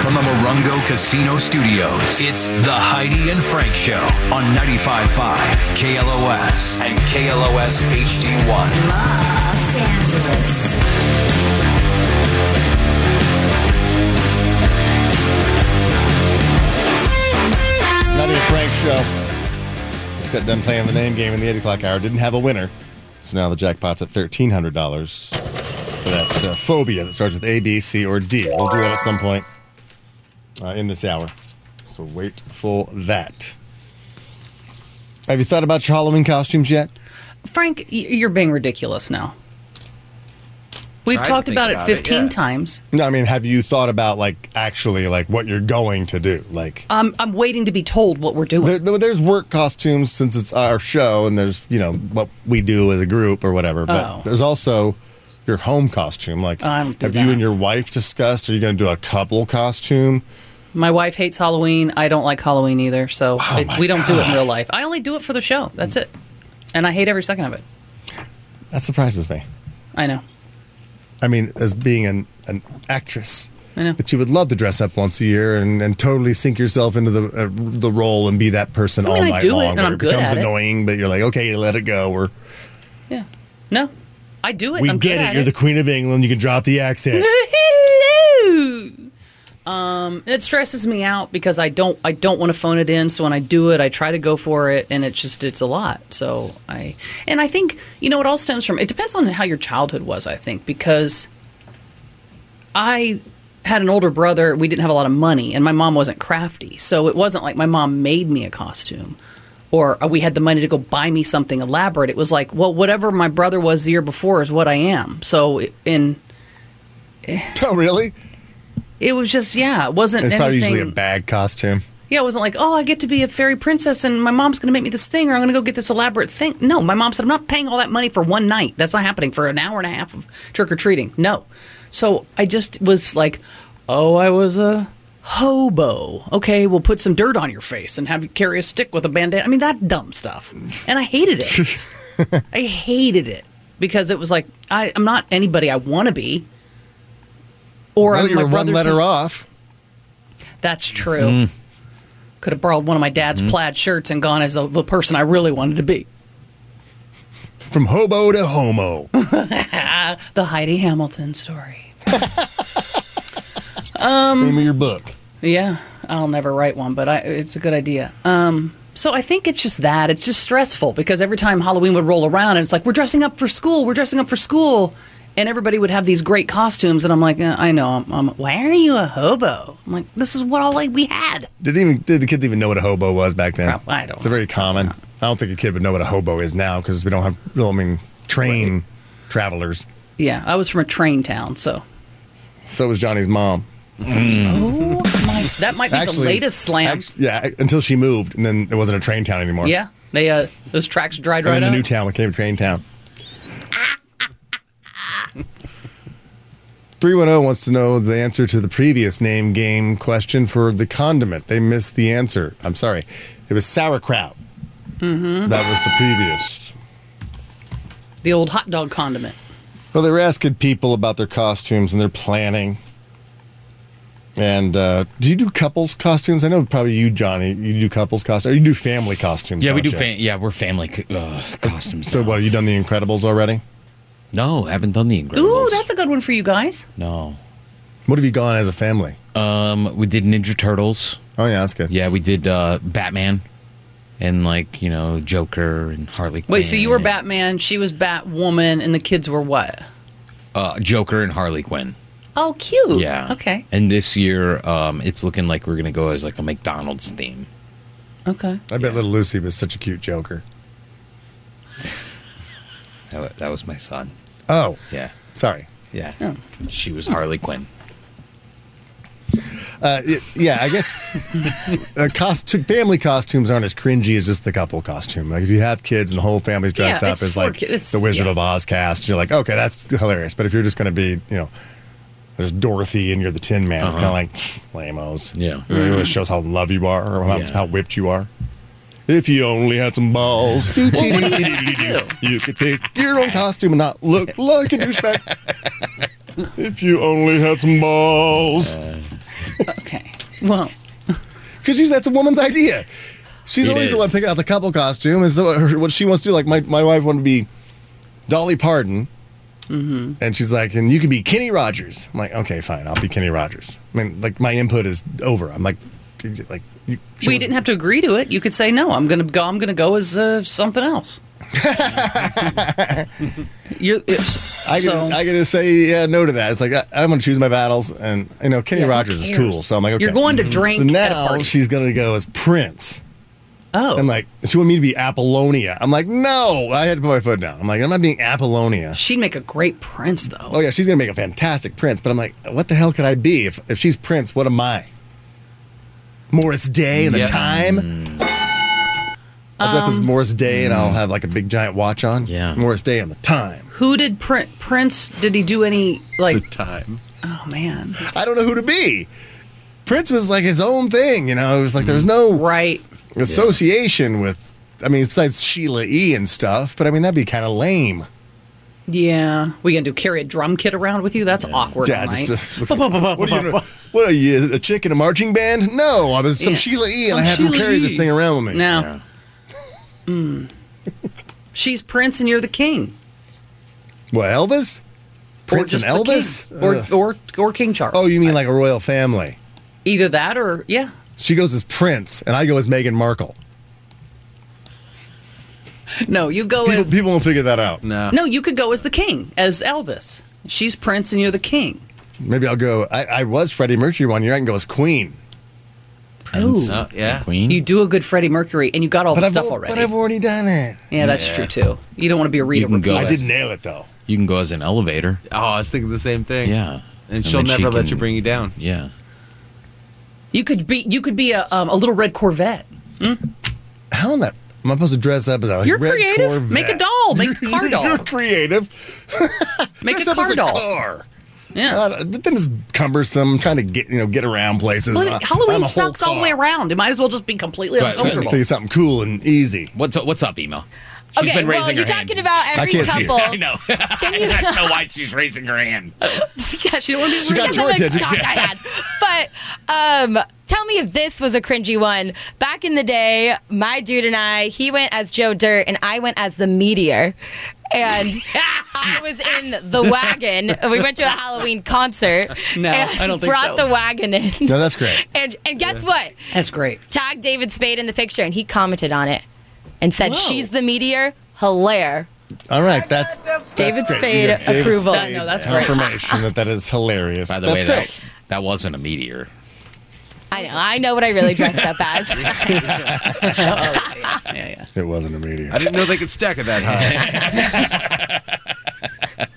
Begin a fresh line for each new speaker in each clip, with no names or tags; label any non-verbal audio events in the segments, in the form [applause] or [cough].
from the Morongo Casino Studios. It's the Heidi and Frank Show on 95.5 KLOS and KLOS HD1.
Los Angeles.
Not even Frank's show. Just got done playing the name game in the 8 o'clock hour. Didn't have a winner. So now the jackpot's at $1,300 for that uh, phobia that starts with A, B, C, or D. We'll do that at some point uh, in this hour. So wait for that. Have you thought about your Halloween costumes yet?
Frank, y- you're being ridiculous now. We've
Tried to
talked
think
about,
about
it
it,
15
yeah.
times.
No, I mean, have you thought about, like, actually, like, what you're going to do? Like,
Um, I'm waiting to be told what we're doing.
There, there- there's work costumes since it's our show, and there's you know what we do as a group or whatever. But
Oh.
there's also your home costume. Like,
I don't do
have you
that.
and your wife discussed? Are you going to do a couple costume?
My wife hates Halloween. I don't like Halloween either, so it-
my
we don't do it in real life. I only do it for the show. That's it. And I hate every second of it.
That surprises me.
I know.
I mean, as being an an actress,
I know.
that you would love to dress up once a year and, and totally sink yourself into the uh, the role and be that person
I mean,
all
I
night
do it,
long.
and
where
I'm
it
good
becomes
at it.
annoying, but you're like, okay, let it go. Or
Yeah. No. I do it.
we
I'm
get
good
it.
at
You're the queen of England. You can drop the accent. [laughs]
[laughs] Hello. Um, it stresses me out because I don't I don't want to phone it in. So when I do it, I try to go for it, and it's just it's a lot. So I and I think you know it all stems from it depends on how your childhood was. I think because I had an older brother. We didn't have a lot of money, and my mom wasn't crafty, so it wasn't like my mom made me a costume. Or uh, we had the money to go buy me something elaborate. It was like, well, whatever my brother was the year before is what I am. So, in
oh, really?
it was just yeah, it wasn't
It's probably
anything.
usually a bad costume.
yeah, it wasn't like oh, I get to be a fairy princess and my mom's going to make me this thing or I'm going to go get this elaborate thing. No, my mom said I'm not paying all that money for one night. That's not happening for an hour and a half of trick or treating. No, so I just was like, oh, I was a hobo. Okay, we'll put some dirt on your face and have you carry a stick with a bandana. I mean that dumb stuff, and I hated it.
[laughs]
I hated it because it was like I, I'm not anybody I want to be. Or
Well,
I'm my
you're one
brother's
letter off.
That's true. Could have borrowed one of my dad's plaid shirts and gone as the, the person I really wanted to be. [laughs]
From hobo to homo.
Um, The Heidi Hamilton story.
Name of your book.
Yeah, I'll never write one, but I, it's a good idea. Um, so I think it's just that. It's just stressful because every time Halloween would roll around and it's like, we're dressing up for school, we're dressing up for school. And everybody would have these great costumes. And I'm like, "Uh, I know, I'm, I'm, why are you a hobo? I'm like, this is what all like, we had.
Did even did the kids even know what a hobo was back then?
Prob- I don't
It's a very common. I don't think a kid would know what a hobo is now because we don't have. Well, I mean, train travelers.
Yeah, I was from a train town, so.
So was Johnny's mom.
Oh my, that might be the latest slam.
act- yeah, until she moved, and then it wasn't a train town anymore.
Yeah, they uh, those tracks dried
and
right
then the
up.
new town became train town. 310 wants to know the answer to the previous name game question for the condiment. They missed the answer. I'm sorry. It was sauerkraut. Mm-hmm. That was the previous.
the old hot dog condiment.
Well, they were asking people about their costumes and their planning. And uh, do you do couples costumes? I know probably you, Johnny, you do couples costumes. Or you do family costumes.
Yeah, we do.
don't you?
Fa- yeah, we're family co- uh, costumes.
So,
now.
what, have you done The Incredibles already?
No, haven't done the Incredibles.
Ooh, that's a good one for you guys.
no.
What have you gone as a family?
Um, we did Ninja Turtles.
Oh, yeah, that's good.
Yeah, we did uh, Batman, and like you know Joker and Harley.
Wait, so you were
Quinn.
Batman, she was Batwoman, and the kids were what?
Uh, Joker and Harley Quinn.
Oh, cute.
Yeah.
Okay.
And this year, um, it's looking like we're gonna go as like a McDonald's theme.
Okay.
I bet little Lucy was such a cute joker.
That, wa- that was my son.
Oh,
Yeah.
sorry.
Yeah.
Oh.
She was Harley Quinn.
Uh, y- yeah, I
[laughs]
guess uh, cost- family costumes aren't as cringy as just the couple costume. Like if you have kids and the whole family's dressed
Yeah,
up
it's
as
for
like
ki- it's-
the Wizard
yeah.
of Oz cast, you're like, okay, that's hilarious. But if you're just going to be, you know, there's Dorothy and you're the Tin Man,
Uh-huh.
it's kind of like lamos.
Yeah.
it
Mm-hmm.
really shows how in love you are or how,
Yeah.
how whipped you are. If you only had some balls, do, do, do, [laughs] do, do, do, do. you could pick your own costume and not look
[laughs] Uh,
like a douchebag. If you only had some balls.
Okay. Well,
Because usually that's a woman's idea. She's
It
always the one
is.
picking out the couple costume. Is what, her, what she wants to do. Like my, my wife wanted to be Dolly Parton,
Mm-hmm.
and she's like, and you could be Kenny Rogers. I'm like, okay, fine, I'll be Kenny Rogers. I mean, like my input is over. I'm like, like you, she
we
was-
didn't have to agree to it. You could say no. I'm gonna go. I'm gonna go as uh,
[laughs]
something else. You're, it's-
I
so-
can, I can just say yeah, no to that. It's like I, I'm gonna choose my battles, and you know Kenny
Yeah, who
Rogers is
cares? Mm-hmm.
cool. So I'm like, okay.
You're going to drink
So
at a
now
party.
she's gonna go as Prince.
oh,
I'm like, she wanted me to be Apollonia. I'm like, no, I had to put my foot down. I'm like, I'm not being Apollonia.
she'd make a great prince, though.
Oh yeah, she's gonna make a fantastic prince. But I'm like, what the hell could I be if, if she's prince? What am I? Morris Day and
Yeah.
the time. I'll dress
Um,
as Morris Day and I'll have like a big giant watch on.
Mm. Yeah.
Morris Day and the time.
Who did Prin- Prince? Did he do any like?
time.
Oh man,
I don't know who to be. Prince was like his own thing, you know. It was like there was no
Mm.
right?
association with. I mean, besides Sheila E. and stuff, but I mean that'd be kind of lame.
Yeah, we gonna do carry a drum kit around with you? That's awkward.
Yeah,
all night.
just, uh, looks like- what, are you, what are you, a chick in a marching band? No, I was some
Yeah.
Sheila E. and
Some
I had to
Sheila
carry
E.
this thing around with me.
no. Mm. She's Prince and you're the king.
What, Elvis? Prince
or
and
just the
Elvis?
king.
Ugh.
or, or or King Charles.
oh, you mean like a royal family?
either that or yeah.
She goes as Prince, and I go as Meghan Markle.
No, you go
People,
Oh, as
people won't figure that out.
No.
no, you could go as the king as Elvis. She's Prince and you're the king.
Maybe I'll go. I, I was Freddie Mercury one year. I can go as Queen.
Prince,
Oh.
No, yeah.
Queen.
You do a good Freddie Mercury, and you got all
Hmm? But
the
I've,
Oh, stuff
al-
already.
but I've already done it.
yeah, that's true too. You don't want to be a reader.
You can go
I
as-
did nail it, though.
you can go as an elevator.
Oh, I was thinking the same thing.
Yeah.
And she'll
then
never
she
let
can-
you bring you down.
Yeah.
You could be you could be a um, a little red Corvette.
How in that? Am I supposed to dress up as a
You're
red
creative.
Corvette?
Make a doll. Make a car
[laughs] You're
doll.
creative.
[laughs] Make a
dress up as
car
a
doll.
car.
Yeah.
Uh, That thing is cumbersome. Trying to get you know get around places.
Well,
I'm a- I'm
Halloween
a whole
sucks all the
car.
way around. It might as well just be completely
Right, right.
uncomfortable. [laughs]
Figure something cool and easy.
What's up, what's up, Emo? She's
Okay,
been raising
well,
her
you're
hand.
talking about every
can't see it.
couple.
[laughs] I know. [laughs]
Can you? [laughs]
I know why she's raising her hand.
Yeah, she don't want to be
She got
rude.
That's how
your
much
attention.
talk I had. But um, tell me if this was a cringy one. Back in the day, my dude and I, he went as Joe Dirt and I went as the Meteor.
[laughs]
And I was in the wagon. We went to a Halloween concert.
No,
and
I don't think
brought
so.
the wagon in.
No, that's great.
[laughs] And, and guess what?
That's great.
Tagged David Spade in the picture and he commented on it and said,
Whoa.
She's the Meteor. Hilaire.
All right, that's
David
great.
Spade
You get David
approval.
Spade
No, that's great.
confirmation that that is hilarious.
By the
that's
way,
great.
that, that wasn't a meteor.
I know. I know what I really dressed up as.
Yeah, yeah.
it wasn't a meteor.
I didn't know they could stack
[laughs]
it that high.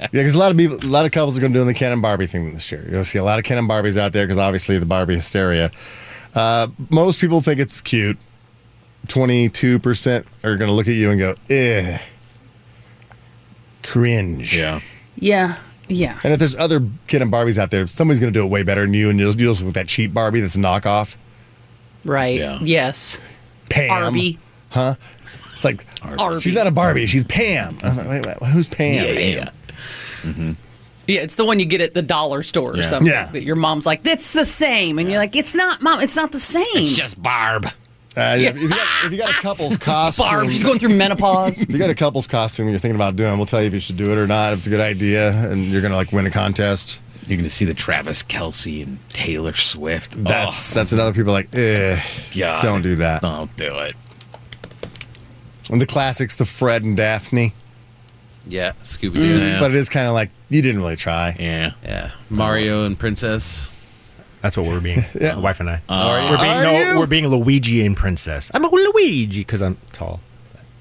Yeah, because a lot of people, a lot of couples are going to do the Ken and Barbie thing this year. You'll see a lot of Ken and Barbies out there because obviously the Barbie hysteria. Uh, most people think it's cute. Twenty-two percent are going to look at you and go, "Eh, cringe."
Yeah.
Yeah. Yeah.
And if there's other Ken and Barbies out there, somebody's going to do it way better than you, and you'll you'll just look at that cheap Barbie that's a knockoff.
Right.
Yeah.
Yes.
Pam.
Barbie.
It's like
Arby.
she's not a Barbie. She's Pam. I'm like, wait, wait, who's Pam?
Yeah.
Yeah, it's the one you get at the dollar store or
Yeah.
something.
Yeah.
That your mom's like, that's the same. And you're like, it's not, mom, it's not the same.
It's just Barb.
Uh, if, you got, if you got a couple's costume,
Barb. She's going through menopause.
if you got a couple's costume you're thinking about doing, we'll tell you if you should do it or not. If it's a good idea, and you're gonna like win a contest.
You're going to see the Travis Kelsey and Taylor Swift.
That's that's another people like, eh,
oh, God.
don't do that.
Don't do it.
And the classics, the Fred and Daphne,
yeah, Scooby Doo.
Yeah.
but it is kind of like you didn't really try.
Yeah.
Yeah, Mario and Princess.
That's what
[laughs]
we're being.
Yeah.
My wife and I.
Are you-
we're being
Are
no,
you?
we're being Luigi and princess. I'm a Luigi because I'm tall.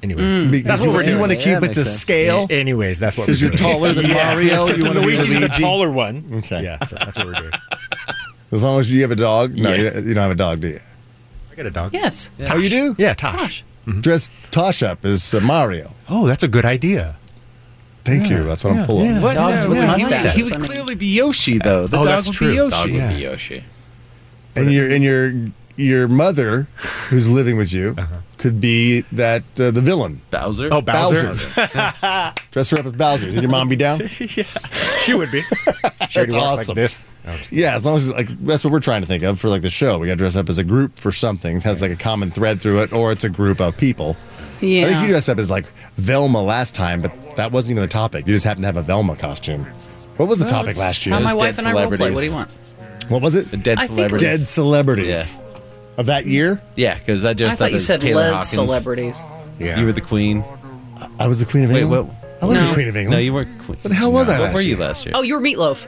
Anyway,
Because
that's what
you,
we're doing.
want to
Yeah,
keep it
makes
to
sense.
scale.
Anyways, that's what
Because
we're
you're
doing.
taller than Mario,
[laughs]
you want to be
Luigi's the
Luigi.
taller one.
Okay.
Yeah, so that's what we're doing.
As long as you have a dog. No,
Yeah.
you, you don't have a dog, do you?
I got a dog.
yes.
Oh, you do?
Yeah, Tosh.
Dress Tosh up as uh, Mario.
Oh, that's a good idea.
Thank you. That's what I'm pulling.
yeah.
What?
Dogs with
he would-
mustaches,
He would
I mean.
clearly be Yoshi, though. The
Oh,
dog
that's
would be
true.
Yoshi.
Dog would
Yeah.
be Yoshi.
And your and your your mother, who's living with you, could be that uh, the villain.
Bowser.
Oh, Bowser.
Dress her up as Bowser. Did your mom be down?
[laughs] she would
[laughs]
be. She
That's
would walk
awesome. Oh,
Like this.
Yeah, as long as like that's what we're trying to think of for like the show. We got to dress up as a group for something. It has like a common thread through it, or it's a group of people.
Yeah.
I think you dressed up as like Velma last time, but that wasn't even the topic. You just happened to have a Velma costume. What was the topic
that's
last
How
year?
my
Those
wife
dead
and I role play. What do
celebrities.
you want?
What was it?
The dead
I think
celebrities.
Dead celebrities of that year.
Yeah, because I
I
just
thought you said
Taylor
lead
Hawkins.
celebrities.
Yeah.
You were the queen.
I was the Queen of
Wait,
England.
what-
I was
No.
the Queen of England.
No, you weren't queen.
What the hell was I
What
last
were you
year?
last year?
Oh, you were meatloaf.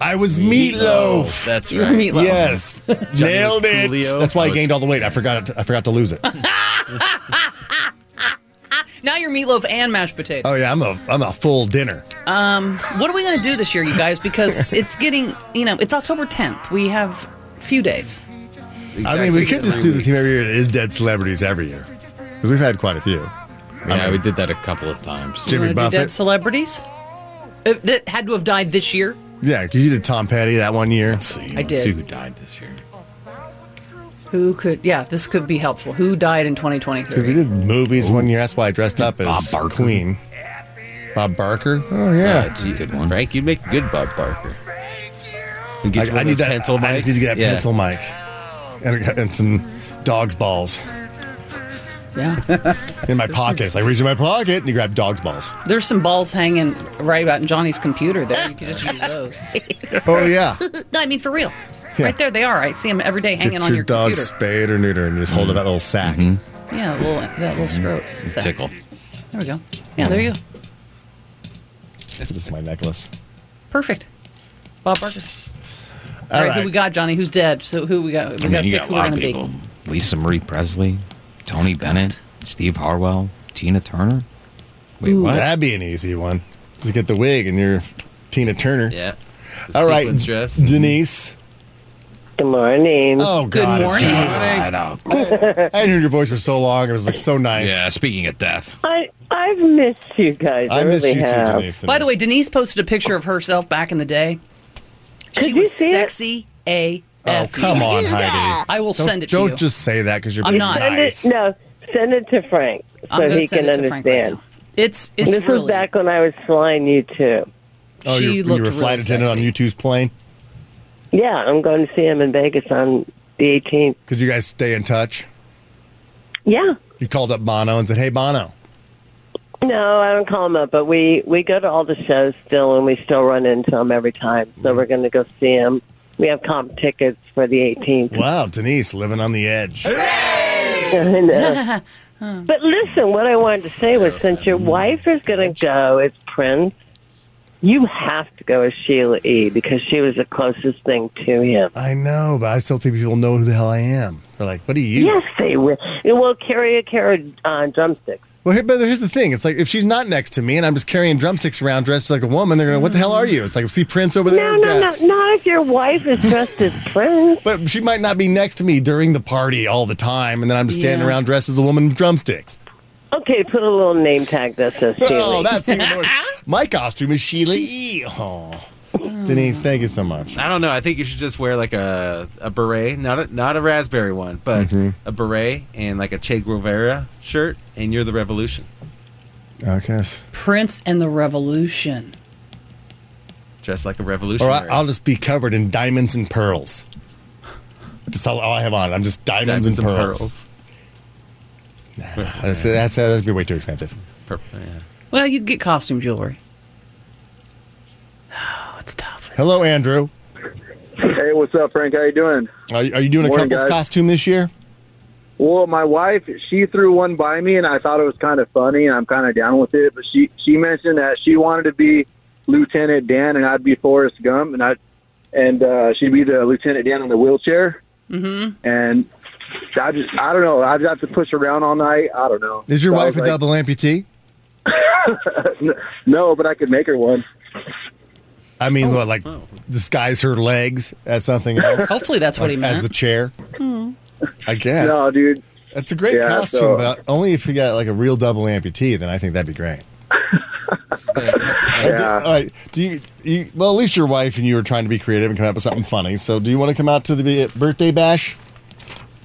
I was Meatloaf.
That's
You were
right.
[laughs]
meatloaf.
Yes, nailed it.
Coolio.
That's why I
I was-
gained all the weight. I forgot. It, I forgot to lose it.
Now you're meatloaf and mashed potato.
oh yeah, I'm a I'm a full dinner.
what are we going to do this year, you guys?
[laughs]
Because it's getting, you know, it's October 10th. We have a few days.
I mean, we could just do the theme every year. It is dead celebrities every year because we've had quite a few.
Yeah, we did that a couple of times.
You
Jimmy
wanna do
Buffett.
dead celebrities Uh, that had to have died this year.
yeah, because you did Tom Petty that one year.
I did.
See who died this year?
Who could? Yeah, this could be helpful. Who died in
Because we
2023?
did movies one year. That's why I dressed up as
Bob Barker.
Queen. Bob Barker. Oh yeah.
Good one.
Frank, you'd make good Bob Barker. And
I,
get you one
I
of
need
those
that.
pencil
I just need to get
mics.
that
Yeah.
pencil mic and, and some dog's balls
Yeah,
in my pockets. I reach in my pocket and you grab dog's balls.
there's some balls hanging right out in Johnny's computer there. You could just [laughs] use those.
Oh yeah.
No, I mean for real.
Yeah.
Right there, they are. I see them every day hanging
Get
on
your,
your
dog
computer.
spayed or neutered and just hold up that little sack.
Yeah, a little, that little scrote. sack.
Tickle.
There we go. Yeah, there you go.
This is my necklace.
Perfect. Bob Barker. All
All
right,
right.
who we got, Johnny? Who's dead? So who we got? We
I mean,
gotta
you
pick
got a
who we're
lot of
gonna
people. Lisa Marie Presley, Tony Bennett, Steve Harwell, Tina Turner. Wait, what?
That'd be an easy one. You get the wig and you're Tina Turner.
Yeah. The
All right,
sequin Dress.
Denise.
Good morning.
Oh
Good
God, it's
morning.
you.
I know.
I hadn't heard your voice for so long. It was like so nice.
Yeah, speaking of death.
I I've missed you guys. I,
I miss
really
you
have.
too, Denise.
By the way, Denise posted a picture of herself back in the day.
Could
she
you
was
see it?
sexy AF.
oh come on, Heidi.
I will
Don't,
send it to
don't
you.
just say that because you're
I'm
being
not.
Send
nice.
it, no, send it to Frank
I'm
so
gonna
he
send
can
it to Frank right
understand.
now. It's it's
this
really
was back when I was flying you too.
Oh,
she
you you
looked
were a
really
flight attendant
sexy.
on U2's plane.
Yeah, I'm going to see him in Vegas on the 18th.
Could you guys stay in touch?
Yeah.
You called up Bono and said, "Hey, Bono."
No, I don't call him up, but we we go to all the shows still, and we still run into him every time. So we're going to go see him. We have comp tickets for the 18th.
[laughs] Wow, Denise, living on the edge.
I know. but listen, what I wanted to say was since your wife is going to go as Prince, you have to go as Sheila E. because she was the closest thing to him.
I know, but I still think people know who the hell I am. They're like, "What are you?"
Yes, they will. Well, carry a carry uh, drumsticks.
Well, here, but here's the thing. It's like if she's not next to me and I'm just carrying drumsticks around dressed like a woman, they're going, to, what the hell are you? It's like, see Prince over there?
No, no, no,
Yes.
not if your wife is dressed as Prince.
But she might not be next to me during the party all the time. And then I'm just standing
Yeah.
around dressed as a woman with
[laughs]
drumsticks.
Okay, put a little name tag that says Sheila.
Oh,
E.
that's even
[laughs]
worse. My costume is Sheila E. Oh. Denise, thank you so much.
I don't know. I think you should just wear like a, a beret, not a, not a raspberry one, but
Mm-hmm.
a beret and like a Che Guevara shirt, and you're the revolution.
Okay.
Prince and the Revolution.
Dress like a
Or
revolutionary.
I, I'll just be covered in diamonds and pearls. That's all, all I have on. I'm just diamonds, and, pearls. That's, that's, uh, that's be way too expensive.
Purple, yeah. [laughs]
Well, you get costume jewelry. Oh, [sighs] it's tough.
Hello, Andrew.
Hey, what's up, Frank? How you doing?
Are, you- are you doing
Morning,
a couple's
guys.
costume this year?
Well, my wife, she threw one by me, and I thought it was kind of funny, and I'm kind of down with it. But she she mentioned that she wanted to be Lieutenant Dan, and I'd be Forrest Gump, and I and uh, she'd be the Lieutenant Dan in the wheelchair. Mm-hmm. And I just I don't know. I'd have to push around all night. I don't know.
Is your
So I
wife a
was like,
double amputee?
No, but I could make her one.
I mean,
Oh.
what, like disguise her legs
[laughs]
as something else,
Hopefully that's what he
as
meant.
the chair. I guess
No, dude.
that's a great
Yeah,
costume,
so-
but only if you got like a real double amputee, then I think that'd be great.
[laughs] Yeah.
All right. Do you, you? Well, at least your wife and you were trying to be creative and come up with something funny. So, do you want to come out to the birthday uh, bash?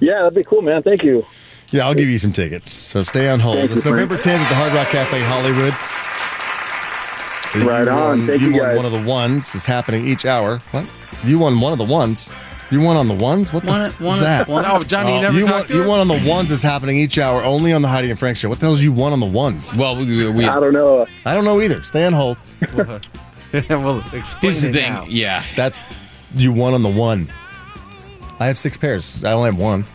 Yeah, that'd be cool, man. Thank you.
Yeah, I'll give you some tickets. So stay on hold.
Thank
It's
you, Frank.
November 10th at the Hard Rock Cafe Hollywood.
Right on.
won-
Thank you,
won
guys.
one of the ones. It's happening each hour. What? You won one of the ones. You won on the ones? What the
One-
f-
one-
is that? Uh,
one- Oh, Johnny, you never
you
talked
won,
to
You
him?
won on the ones is happening each hour only on the Heidi and Frank show. What the hell's you won on the ones?
Well, we, we
I don't know.
I don't know either. Stay on hold.
uh, [laughs] well, explain
Here's the
it
thing,
now.
yeah.
That's you won on the one. I have six pairs. I only have one.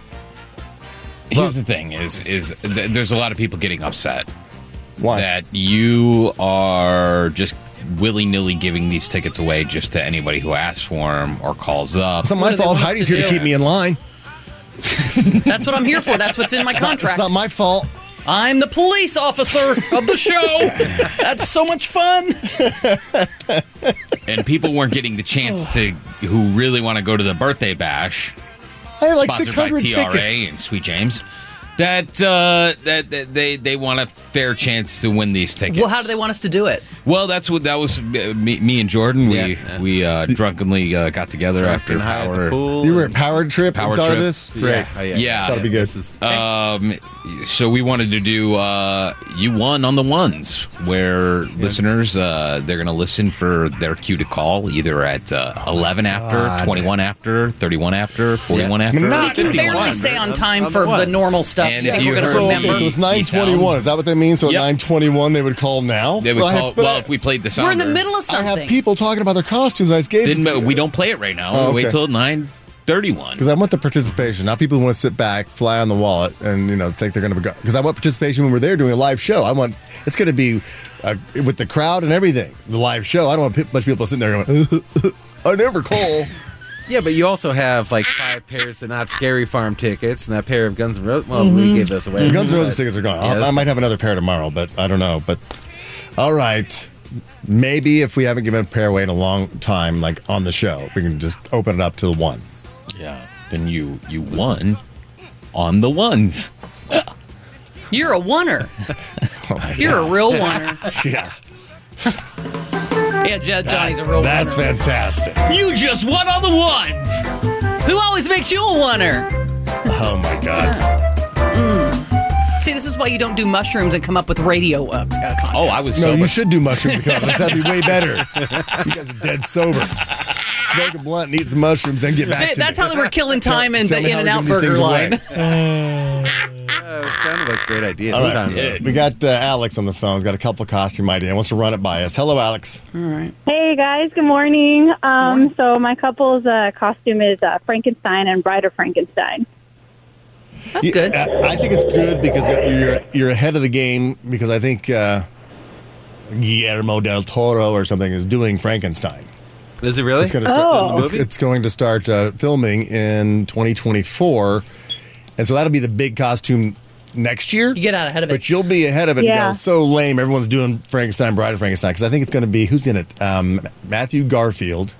Here's the thing: is is th- there's a lot of people getting upset
Why?
that you are just willy nilly giving these tickets away just to anybody who asks for them or calls up.
It's not
What
my
do they
fault.
want us
Heidi's
to
here to
do?
keep me in line.
That's what I'm here for. That's what's in my
It's
contract.
not my fault.
I'm the police officer of the show. That's so much fun.
and people weren't getting the chance to who really want to go to the birthday bash
I had like six
sponsored by
hundred
TRA
tickets.
and Sweet James. That, uh, that that they they want a fair chance to win these tickets.
Well, how do they want us to do it?
Well, that's what that was. uh, Me, me and Jordan, we
Yeah.
we uh, drunkenly uh, got together
Drunken
after
high at
power.
the pool.
You were at
and-
Power Trip
Power
and thought of
Trip.
this? Great.
Yeah. Oh, yeah.
Yeah.
That'll be good.
This is-
Um, so we wanted to do uh, you won on the ones where listeners uh, they're going to listen for their cue to call either at uh, 11
God.
after, 21 after, 31 after, 41
Yeah.
after.
We
Not
can barely
one.
stay on
On-
time
on
for
the
the
one.
normal stuff.
And
you
if
think
you
we're going
heard
to
so,
me-
remember.
okay, so it's
E-Town.
921. Is that what that means? So
Yep.
at 921, they would call now?
They would
Well, I-
call,
but
well,
I-
if we played the song,
We're in the middle of
I
something.
have people talking about their costumes. I just gave
Didn't,
them to
uh,
you.
we don't play it right now.
Oh,
We
okay.
wait till 931.
Because I want the participation. Not people who want to sit back, fly on the wallet, and you know think they're going to go. Because I want participation when we're there doing a live show. I want it's going to be uh, with the crowd and everything. The live show. I don't want a bunch of people sitting there going, [laughs] "I never call."
Yeah, but you also have like five pairs of not scary farm tickets and that pair of Guns N' Roses. Well, we gave those away.
The Guns N' Roses
but-
tickets are gone.
Yeah,
I, I
that's-
might have another pair tomorrow, but I don't know. But all right, maybe if we haven't given a pair away in a long time, like on the show, we can just open it up to the one.
yeah. Then you you won on the ones.
You're
[laughs]
a oneer.
Oh
You're a real oneer.
Yeah,
Yeah, Jo- Johnny's a real
that's
oneer.
fantastic.
You just won on the ones.
Who always makes you a oneer?
Oh my god.
See, this is why you don't do mushrooms and come up with radio uh, uh, contests.
Oh, I was
No,
so
you should do mushrooms and coconuts. That'd
[laughs]
be way better. You guys are dead sober. Smoke a blunt and eat some mushrooms, then get back
Hey,
to
that's
me.
how they were killing
Tell-
time in
tell
the
me
In
how
and
we're
Out
giving these
Burger line. [laughs]
things away.
Uh, it sounded like a great idea.
All
Time.
right. We got uh, Alex on the phone. He's got a couple costume ideas. Wants to run it by us. Hello, Alex.
Hey guys, good morning. Um, So my couple's uh, costume is uh, Frankenstein and Bride of Frankenstein.
That's good.
Yeah, I I think it's good because you're you're ahead of the game because I think uh, Guillermo del Toro or something is doing Frankenstein.
Is it really?
It's going to start.
Oh.
It's, it's going to start uh, filming in 2024, and so that'll be the big costume next year.
You get out ahead of it.
But you'll be ahead of it.
Yeah.
And go, so lame. Everyone's doing Frankenstein, Bride of Frankenstein. Because I think it's going to be who's in it? Um, Matthew Garfield,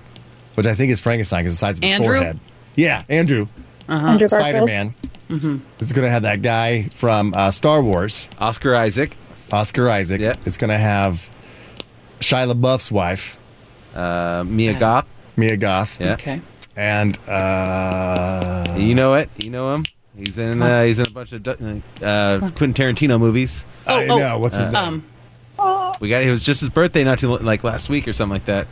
which I think is Frankenstein because the size of his
Andrew?
forehead. Yeah, Andrew.
Uh-huh. Andrew Garfield.
Spider Man.
Mm-hmm.
It's going to have that guy from uh, Star Wars,
Oscar Isaac.
Oscar Isaac.
Yeah.
It's going to have Shia LaBeouf's wife,
Uh, Mia Goth.
Mia Goth.
Yeah.
Okay.
And uh,
You know it. You know him. He's in. Uh, he's in a bunch of du- uh, Quentin Tarantino movies.
I
oh.
know
Uh,
what's his name.
Um,
We got. It was just his birthday, not too lo- like last week or something like that.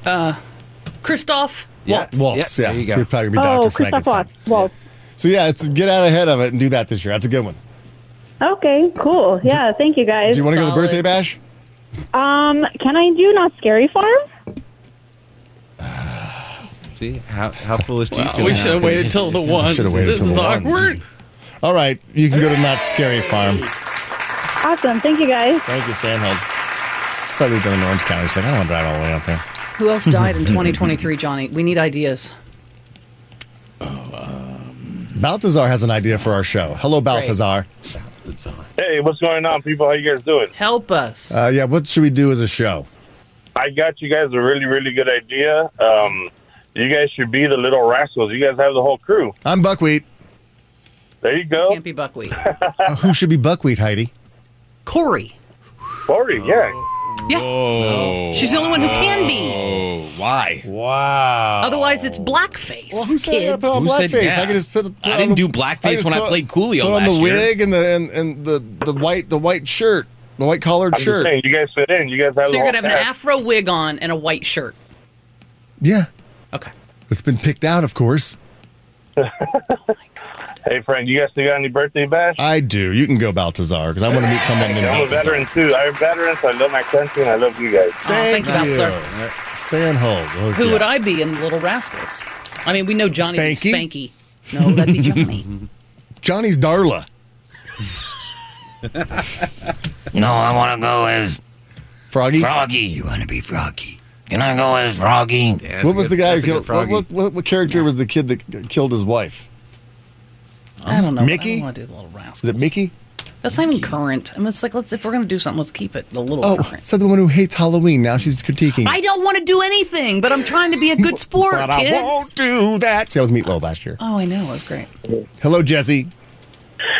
Christoph.
Waltz.
Uh, Waltz.
Yeah,
Yeah,
there you go.
he'd probably be Doctor
Oh, Christoph
Frankenstein.
Waltz. Waltz.
So yeah, it's get out ahead of it and do that this year. That's a good one.
Okay, cool. Yeah, thank you guys.
Do you want to go to the
Solid.
birthday bash?
um, can I do Not Scary Farm?
See how how foolish do you feel?
We
now?
should have waited till the ones.
Should have waited
This
till
is
the ones.
awkward.
All right, you can go to Not Scary Farm.
Awesome. Thank you guys.
Thank you, Stanhold. Probably down in Orange County. She's like, I don't want to drive all the way up there.
Who else
[laughs]
died in 2023, Johnny? We need ideas.
Baltazar has an idea for our show. Hello, Baltazar.
Hey, what's going on, people? How you guys doing?
Help us.
Uh, yeah, what should we do as a show?
I got you guys a really, really good idea. Um, you guys should be the little rascals. You guys have the whole crew.
I'm Buckwheat.
There you go.
Can't be buckwheat.
Uh, who should be Buckwheat, Heidi?
Corey.
Corey, yeah.
Yeah.
Whoa.
She's the only one who can be.
Oh, why?
Wow.
Otherwise, it's blackface.
Well, who said I gotta
kids.
put on
Who said
blackface?
that?
I could just put.
I
put
didn't
on-
do blackface
just
when I
put-
played Coolio
put on
last
the
year.
wig and the and, and the the white the white shirt, the white collared
I'm just
shirt.
saying,
you guys fit in. You guys have.
So you're gonna have an afro wig on and a white shirt.
Yeah.
Okay.
It's been picked out, of course.
Hey, friend, you guys still got any birthday bash?
I do. You can go Baltazar because I want to meet someone named
I'm a
Baltazar.
veteran too. I'm a veteran, so I love my country and I love you guys.
Thank you,
Oh, you.
Baltazar.
Stay on hold. We'll
Who
get-
would I be in Little Rascals? I mean, we know Johnny
Spanky?
Spanky. No, that'd
[laughs]
be Johnny.
Johnny's Darla.
No, I want to go as
Froggy.
Froggy, you want to be Froggy? Can I go as Froggy?
what was the guy who killed? What, what, what, what character was the kid that k- killed his wife?
I don't know. I
Mickey?
don't want to do the Little Rascals.
Is it Mickey?
That's not even current. I mean, it's like let's if we're gonna do something, let's keep it a little
Oh,
current.
so the one who hates Halloween. Now she's critiquing.
I don't want to do anything, but I'm trying to be
[laughs]
a good sport,
But I
kids.
won't do that. See, I was Meatloaf last year.
Oh, I know. It was great.
Hello, Jesse.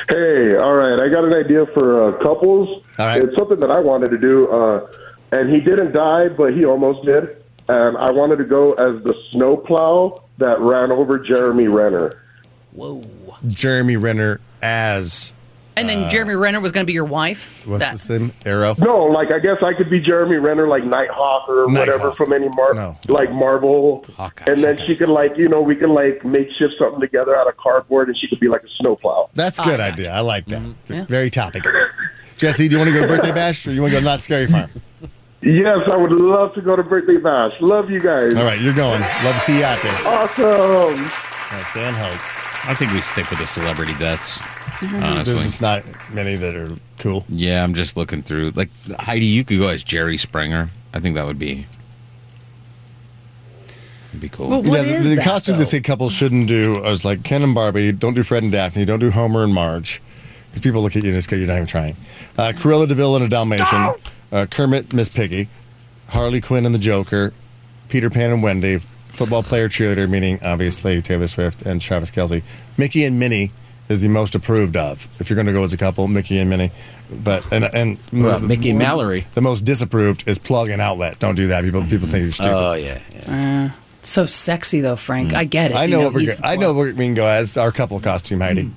Hey, all right. I got an idea for uh, couples. It's something that I wanted to do, uh, and he didn't die, but he almost did. And I wanted to go as the snowplow that ran over Jeremy Renner.
Whoa.
Jeremy Renner as
And then
Uh,
Jeremy Renner was gonna be your wife.
what's
That-
his name? Arrow.
No, like I guess I could be Jeremy Renner, like Nighthawk or whatever from any Mar- like Marvel. And then she could like you know we could like makeshift something together out of cardboard, and she could be like a snowplow.
That's a good
Oh,
idea. I like that.
Mm-hmm.
Very topical. Jesse, do you want to go to birthday bash or you want to go to Not Scary Farm?
Yes, I would love to go to birthday bash. Love you guys.
All right, you're going. Love to see you out there.
Oh.
Awesome.
stay on hold.
I think we stick with the celebrity deaths.
Mm-hmm.
Honestly.
There's just not many that are cool.
Yeah, I'm just looking through. Like Heidi, you could go as Jerry Springer. I think that would be would be cool.
You know, the- the costumes they say couples shouldn't do is like Ken and Barbie. Don't do Fred and Daphne. Don't do Homer and Marge, because people look at you and just go, "You're not even trying." Uh, Cruella Deville and a Dalmatian, uh, Kermit, Miss Piggy, Harley Quinn and the Joker, Peter Pan and Wendy, football player cheerleader, meaning obviously Taylor Swift and Travis Kelsey. Mickey and Minnie is the most approved of if you're going to go as a couple, Mickey and Minnie. But and and
What about Mickey and Mallory?
The most disapproved is plug and outlet. Don't do that. People people think you're stupid.
Oh yeah.
Uh, it's so sexy though, Frank. I get it.
Mm. I
You
know, what we're
he's
go-
the
I know what we can go as our couple costume, Heidi.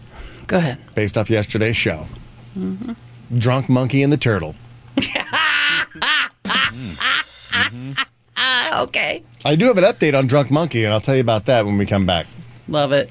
Go ahead.
Based off yesterday's show, drunk monkey and the turtle. [laughs]
Ah, okay.
I do have an update on drunk monkey, and I'll tell you about that when we come back.
Love it.